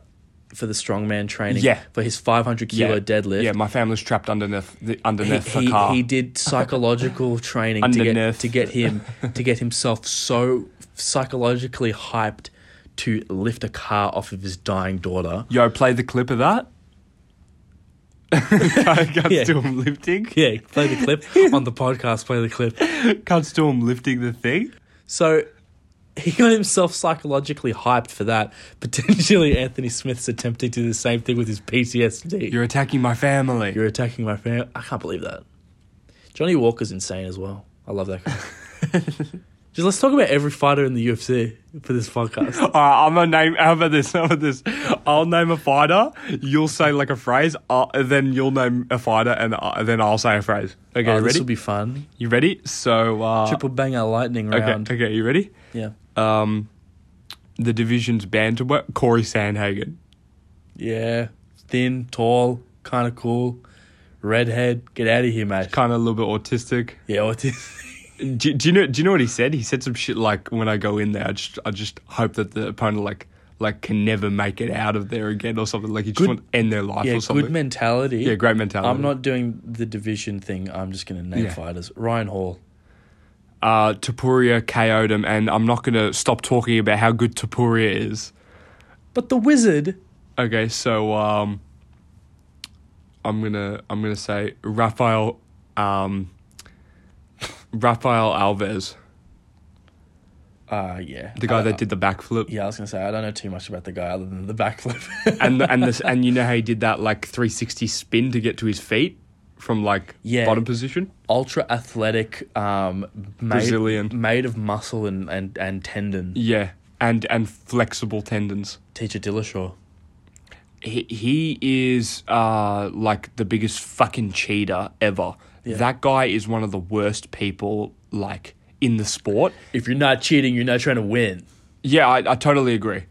for the strongman training Yeah. for his 500 kilo deadlift Yeah, my family's trapped underneath the he, underneath the he- car. he did psychological training to get Underneath. to get him to get himself so psychologically hyped to lift a car off of his dying daughter. Yo, play the clip of that. Can't Yeah. do him lifting. Yeah, play the clip on the podcast. Play the clip. Can't do him lifting the thing. So he got himself psychologically hyped for that. Potentially, Anthony Smith's attempting to do the same thing with his PTSD. You're, You're attacking my family. attacking my family. I can't believe that. Johnny Walker's insane as well. I love that guy. Just let's talk about every fighter in the UFC for this podcast. All right, I'm gonna name. How about this? How about this? I'll name a fighter. You'll say like a phrase. Uh, then you'll name a fighter, and uh, then I'll say a phrase. Okay, Oh, you this ready? will be fun. you ready? So, uh, Ah. Triple banger lightning okay, round. okay, you ready? Yeah. Um, the division's bantamweight, Corey Sandhagen. Yeah, thin, tall, kind of cool, redhead. Get out of here, mate. Kind of a little bit autistic. Yeah, autistic. Do, do you know? Do you know what he said? He said some shit like, "When I go in there, I just, I just hope that the opponent like, like can never make it out of there again or something. Like he just Good- want to end their life Yeah, or something. good mentality. yeah, great mentality. I'm not doing the division thing. I'm just going to name Yeah. fighters. Ryan Hall. uh, Tapuria Kaodum, and I'm not going to stop talking about how good Tapuria is. But the wizard. Okay, so um, I'm gonna I'm gonna say Rafael, um, Rafael Alves, Uh, yeah. the guy I- that did the backflip, Yeah, I was going to say, I don't know too much about the guy other than the backflip. and the, and this and you know how he did that like 360 spin to get to his feet from like Yeah. bottom position. Ultra athletic, um, made, Brazilian. Made of muscle and, and, and tendon. Yeah, and and flexible tendons. Teacher Dillashaw. he, he is uh, like the biggest fucking cheater ever. Yeah. That guy is one of the worst people like in the sport. If you're not cheating, you're not trying to win. Yeah, I, I totally agree.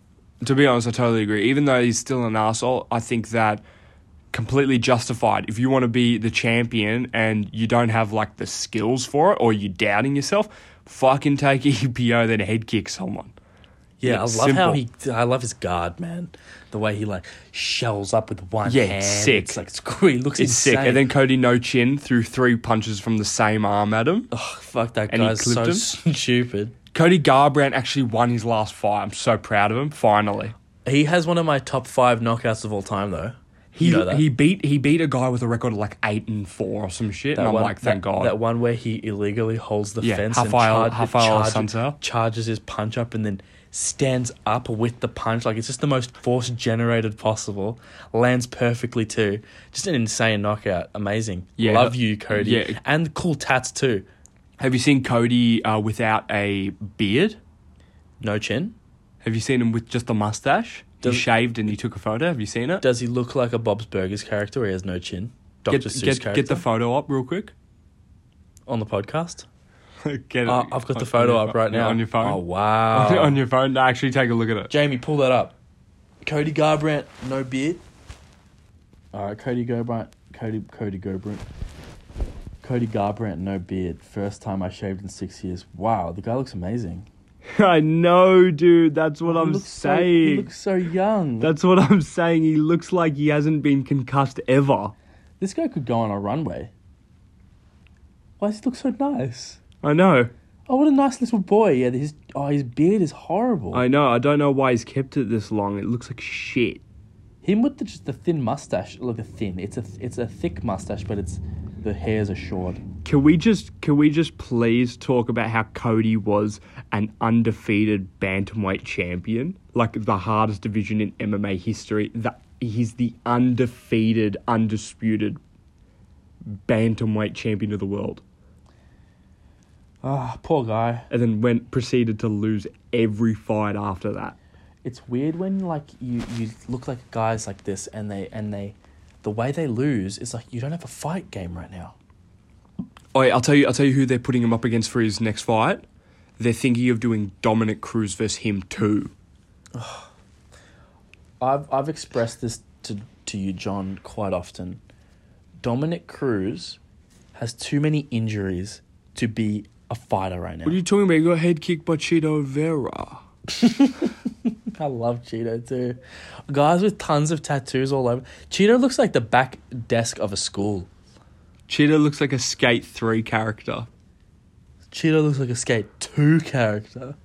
To be honest, I totally agree. Even though he's still an asshole, I think that completely justified. If you want to be the champion and you don't have like the skills for it, or you're doubting yourself, fucking take EPO then head kick someone. Yeah, Yeah, I love how he. I love his guard, man. The way he like shells up with one Yeah, hand. it's sick. It's like it's cool. He looks It's insane. sick. And then Cody No Chin threw three punches from the same arm at him. Ugh, Oh, fuck that and he guy's so clipped stupid. Cody Garbrandt actually won his last fight. I'm so proud of him. Finally, He has one of my top five knockouts of all time, though. he You know that. he beat he beat a guy with a record of like eight and four or some shit, and I'm one- like, thank that- God. That one where he illegally holds the Yeah, fence Rafael- and Rafael charges, Santos. charges his punch up and then stands up with the punch. Like, it's just the most force generated possible. Lands perfectly, too. Just an insane knockout. Amazing. Yeah, Love that- you, Cody. yeah. And cool tats, too. Have you seen Cody uh, without a beard? No chin. Have you seen him with just a mustache? Does- he shaved and he took a photo. Have you seen it? Does he look like a Bob's Burgers character or he has no chin? Dr. Get Seuss get, character get the photo up real quick. on the podcast? get it. Uh, I've got on- the on photo your up pho- right yeah, now. on your Oh, phone. wow. on your phone. No, actually, take a look at it. Jamie, pull that up. Cody Garbrandt, no beard. All right, Cody Garbrandt, Cody Cody Garbrandt, Cody Garbrandt, no beard. First time I shaved in six years. Wow, the guy looks amazing. I know, dude. That's what he looks so, he looks so young. That's what I'm saying. He looks like he hasn't been concussed ever. this guy could go on a runway. Why does he look so nice? I know. Oh, what a nice little boy. Yeah, his oh his beard is horrible. I know. I don't know why he's kept it this long. It looks like shit. Him with the, just the thin mustache. Look, a thin. It's a it's a thick mustache, but it's the hairs are short. Can we just can we just please talk about how Cody was an undefeated bantamweight champion, like the hardest division in MMA history. That he's the undefeated, undisputed bantamweight champion of the world, Ah, poor guy. and then went proceeded to lose every fight after that. it's weird when like you you look like guys like this and they and they the way they lose is like you don't have a fight game right now Oh, I'll tell you. I'll tell you who they're putting him up against for his next fight. They're thinking of doing Dominic Cruz versus him too. i've i've expressed this to to you john quite often dominic cruz has too many injuries to be a fighter right now What are you talking about? You got head kicked by Cheeto Vera. i love cheeto too guys with tons of tattoos all over cheeto looks like the back desk of a school Cheeto looks like a Skate 3 character. cheeto looks like a skate 2 character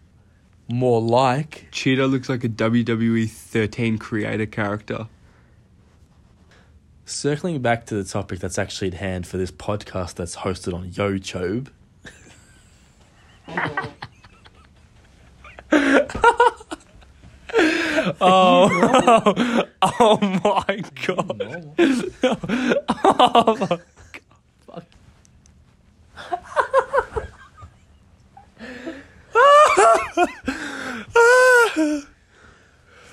more like Cheeto looks like a WWE 13 creator character. Circling back to the topic that's actually at hand for this podcast that's hosted on YoChobe. Oh my god. Oh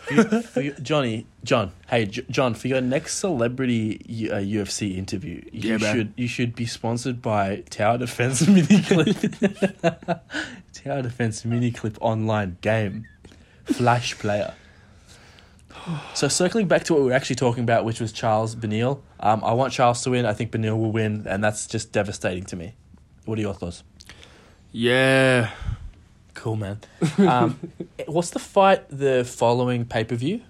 For your- Johnny, John, hey J- John, for your next celebrity U- uh, UFC interview, you Yeah, man. should you should be sponsored by Tower Defense Mini Clip. Tower Defense Mini Clip online game. Flash player. So circling back to what we were actually talking about, which was Charles Benil. Um, I want Charles to win. I think Benil will win, and that's just devastating to me. What are your thoughts? Yeah. Cool, man. Um, what's the fight the following pay per view?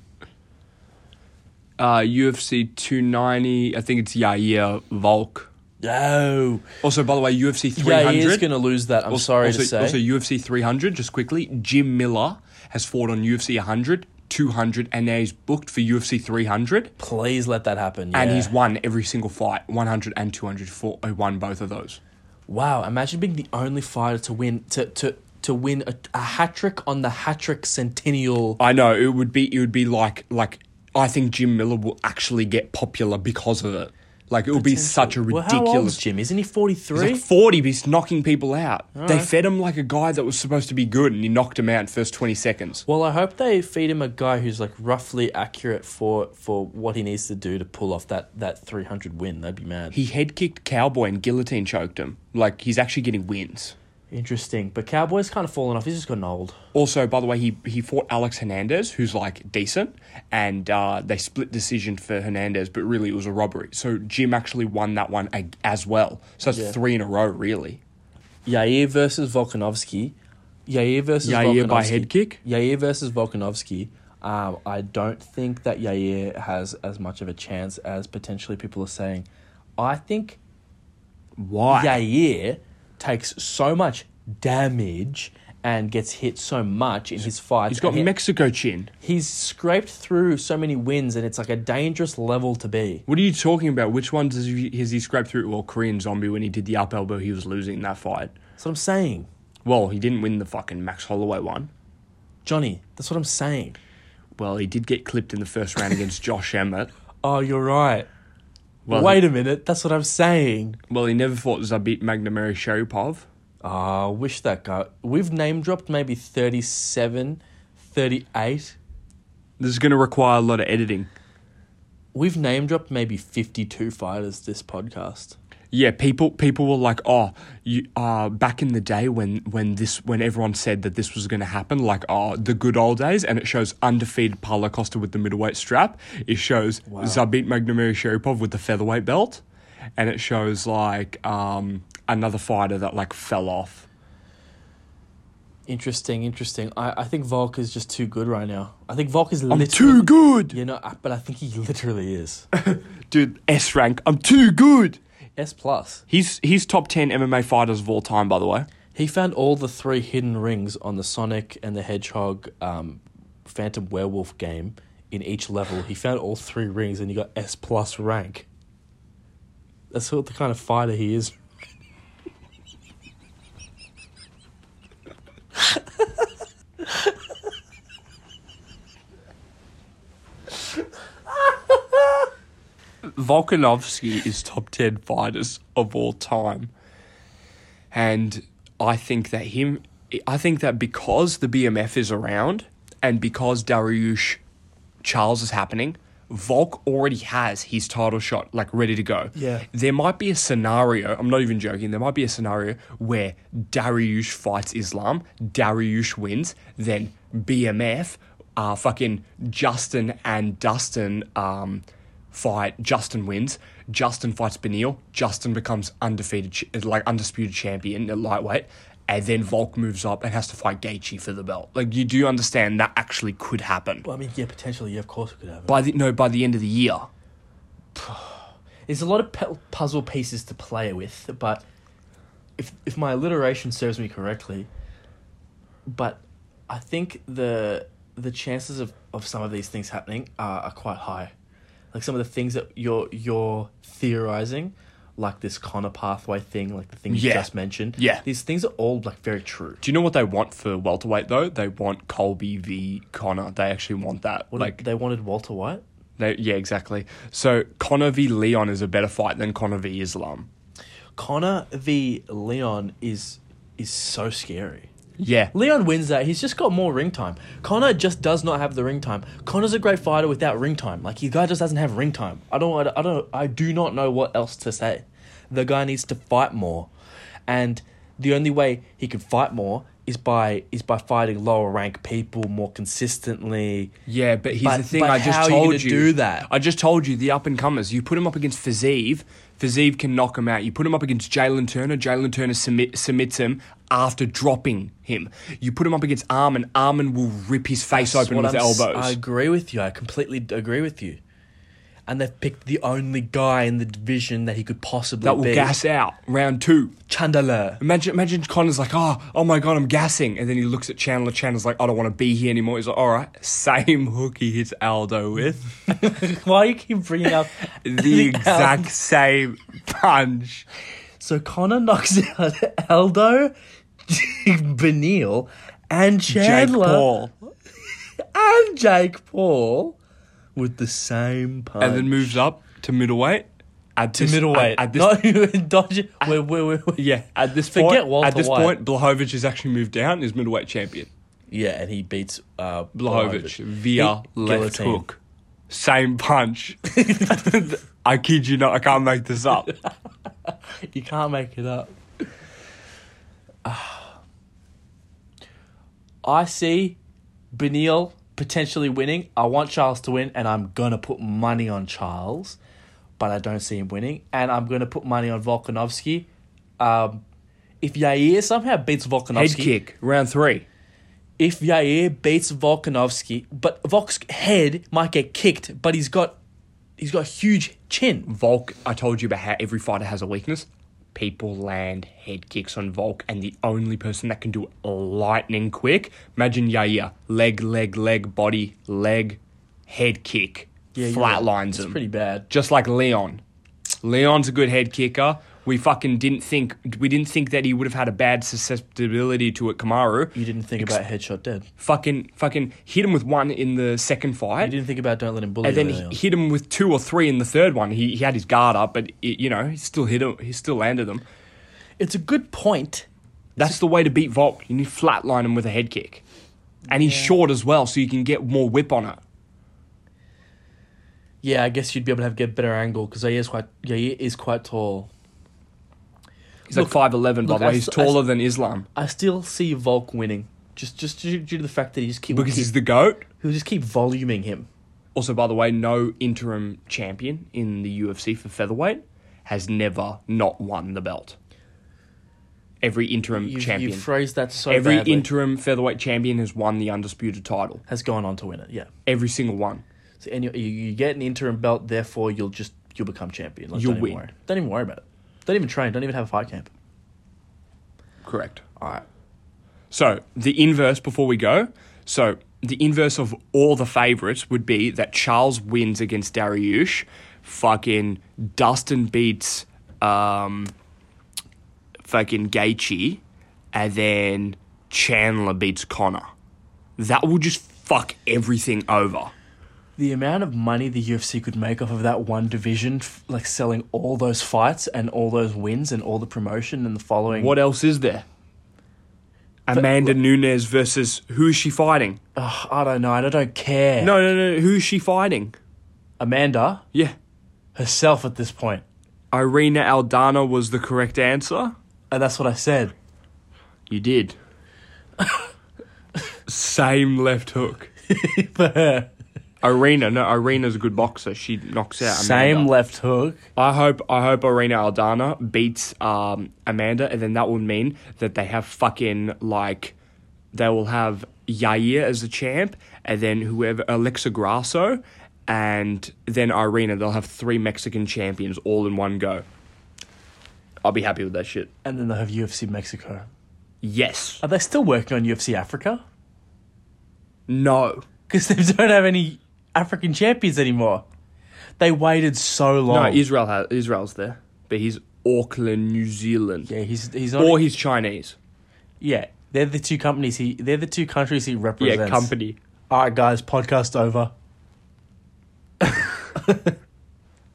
Uh, UFC 290. I think it's Yair Volk. No. Also, by the way, UFC Yeah, he is 300. going to lose that. I'm also, sorry also, to say. Also, UFC 300, just quickly. Jim Miller has fought on UFC 100, 200, and now he's booked for UFC 300. Please let that happen. And yeah. he's won every single fight 100 and 200. For, he won both of those. Wow, imagine being the only fighter to win to to to win a, a hat trick on the hat trick centennial. I know it would be it would be like like I think Jim Miller will actually get popular because of it. Like it would be such a Well, how old is ridiculous. Jim? Isn't he forty three? He's like forty, but he's knocking people out. They fed him like a guy that was supposed to be good, and he knocked him out in first twenty seconds. well, I hope they feed him a guy who's like roughly accurate for for what he needs to do to pull off that that three hundred win. That'd be mad. He head kicked Cowboy and guillotine choked him. Like he's actually getting wins. Interesting, but Cowboy's kind of fallen off. He's just gotten old. Also, by the way, he he fought Alex Hernandez, who's like decent, and uh, they split decision for Hernandez, but really it was a robbery. So Jim actually won that one a- as well. So that's Yeah. three in a row, really. Yair versus Volkanovski. Yair versus Yair Volkanovski. by head kick? Yair versus Volkanovski. Um, I don't think that Yair has as much of a chance as potentially people are saying. I think Why? Yair takes so much damage and gets hit so much in his fights. He's got and he- Mexico chin. he's scraped through so many wins, and it's like a dangerous level to be. What are you talking about? Which ones has he, has he scraped through? Well, Korean Zombie when he did the up elbow, he was losing that fight. That's what I'm saying, Well, he didn't win the fucking Max Holloway one. Johnny. That's what I'm saying. Well, he did get clipped in the first round against Josh Emmett. Oh, you're right. Well, Wait a minute. That's what I'm saying. Well, he never fought Zabit Magnamary Sharipov. Ah, wish that guy. We've name dropped maybe 37, 38. This is going to require a lot of editing. We've name dropped maybe 52 fighters this podcast. Yeah, people people were like, "Oh, you uh back in the day when when this when everyone said that this was going to happen, like, oh, the good old days." And it shows undefeated Paulo Costa with the middleweight strap. It shows Zabit Magnamiri Sharipov with the featherweight belt, and it shows like um another fighter that like fell off. Interesting, interesting. I, I think Volk is just too good right now. I think Volk is I'm literally. too good, You know, I- but I think he literally is. dude. S rank. I'm too good. S plus. He's he's top ten MMA fighters of all time, by the way. He found all the three hidden rings on the Sonic and the Hedgehog um, Phantom Werewolf game in each level. He found all three rings and he got S plus rank. That's what the kind of fighter he is. Volkanovski is top 10 fighters of all time. And I think that him, I think that because the BMF is around and because Dariush Charles is happening, Volk already has his title shot like ready to go. Yeah. There might be a scenario, I'm not even joking, there might be a scenario where Dariush fights Islam, Dariush wins, then BMF, uh, fucking Justin and Dustin um, fight, Justin wins, Justin fights Benil, Justin becomes undefeated, ch- like undisputed champion at lightweight, and then Volk moves up and has to fight Gaethje for the belt. Like, you do understand that actually could happen. Well, I mean, yeah, potentially, yeah, of course we could have it. By the, no, by the end of the year. There's a lot of pe- puzzle pieces to play with, but if if my alliteration serves me correctly, but I think the the chances of, of some of these things happening are, are quite high. Like some of the things that you're you're theorizing, like this Connor pathway thing, like the thing you Yeah. just mentioned. Yeah. These things are all like very true. Do you know what they want for welterweight though? They want Colby v Connor. They actually want that. What like they wanted Walter White? they, yeah, exactly. So Connor v Leon is a better fight than Connor v Islam. Connor v Leon is is so scary. Yeah. Leon wins that. He's just got more ring time. Connor just does not have the ring time. Connor's a great fighter without ring time. Like the guy just doesn't have ring time. I don't. I don't. I do not know what else to say. The guy needs to fight more, and the only way he can fight more is by is by fighting lower rank people more consistently. Yeah, but here's But- the thing. but I just how are you told gonna do that? I just told you the up and comers. You put him up against Fazeev. Fazeev can knock him out. You put him up against Jalen Turner. Jalen Turner submit, submits him after dropping him. You put him up against Armin. Armin will rip his face open What with I'm s- elbows. I agree with you. I completely d- agree with you. And they've picked the only guy in the division that he could possibly that will be. gas out round two. Chandler. Imagine, imagine Connor's like, oh, oh my god, I'm gassing, and then he looks at Chandler. Chandler's like, I don't want to be here anymore. He's like, all right, same hook he hits Aldo with, Why you keep bringing up the exact same punch. So Connor knocks out Aldo, Benil, and Jake Chandler Paul, and Jake Paul with the same punch. and then moves up to middleweight. At this, middleweight. at, at this, Not even dodging. We're, we're, we're, yeah, at this Forget point, Walter at this White. point, Blahovic has actually moved down. and Is middleweight champion. yeah, and he beats uh, Blahovic via He- left guillotine. hook. Same punch. I kid you not, I can't make this up. You can't make it up. Ah. I see Benil potentially winning. I want Charles to win, and I'm going to put money on Charles, but I don't see him winning. And I'm going to put money on Volkanovski. Um, if Yair somehow beats Volkanovski, Head kick, round three. if Yair beats Volkanovski, but Volk's head might get kicked, but he's got he's got a huge chin. Volk, I told you about how every fighter has a weakness. People land head kicks on Volk, and the only person that can do it lightning quick. Imagine Yair, leg, leg, leg, body, leg, head kick, Yeah, you're right. flatlines It's him. pretty bad. Just like Leon. Leon's a good head kicker. We fucking didn't think we didn't think that he would have had a bad susceptibility to it. Kamaru, You didn't think about headshot dead. fucking fucking hit him with one in the second fight. You didn't think about don't let him bully. and then you he early on. hit him with two or three in the third one. He, he had his guard up, but it, you know he still hit him. He still landed them. It's a good point. That's the way to beat Volk. You need to flatline him with a head kick, and he's short as well, so you can get more whip on it. Yeah, I guess you'd be able to have get better angle because Yair is quite Yair is quite tall. He's like five eleven, by look, the way. I He's s- I s- taller than Islam I still see Volk winning just just due, due to the fact that he just keep, because keep he's the goat. he'll just keep voluming him. Also, by the way, no interim champion in the UFC for featherweight has never not won the belt. Every interim You champion, you phrased that so every badly. interim featherweight champion has won the undisputed title. has gone on to win it. Yeah. Every single one. So and you, you you get an interim belt, therefore you'll just you'll become champion. Like, You'll don't win. Even worry. Don't even worry about it. Don't even train. Don't even have a fight camp. Correct. All right. So the inverse before we go. So the inverse of all the favorites would be that Charles wins against Dariush, fucking Dustin beats um, fucking Gaethje, and then Chandler beats Connor. That will just fuck everything over. The amount of money the UFC could make off of that one division, f- like selling all those fights and all those wins and all the promotion and the following. What else is there? Amanda Nunes versus who is she fighting? Ugh, I don't know. and I don't care. No, no, no. Who is she fighting? Amanda Yeah. herself at this point, Irina Aldana was the correct answer. and that's what I said. You did. Same left hook. For her, Irina, no, Irina's a good boxer. She knocks out. Amanda. same left hook. I hope. I hope Irina Aldana beats um, Amanda, and then that will mean that they have fucking like, they will have Yair as the champ, and then whoever Alexa Grasso, and then Irina. They'll have three Mexican champions all in one go. I'll be happy with that shit. And then they have UFC Mexico. Yes. Are they still working on UFC Africa? No. Because they don't have any African champions anymore. They waited so long. No, Israel has Israel's there, but he's Auckland, New Zealand, Yeah, he's he's not. or he's Chinese. yeah, they're the two companies. He they're the two countries he represents. Yeah, company. All right, guys, podcast over.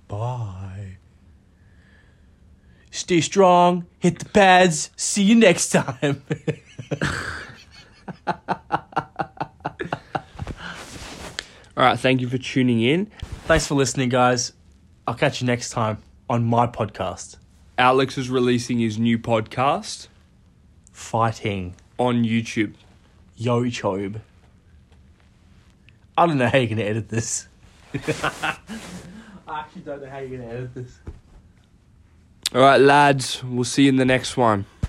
Bye. Stay strong. Hit the pads. See you next time. All right, thank you for tuning in. Thanks for listening, guys. I'll catch you next time on my podcast, Alex is releasing his new podcast Fighting. on YouTube. Yo Chobe. I don't know how you're gonna edit this. I actually don't know how you're gonna edit this. All right, lads, we'll see you in the next one.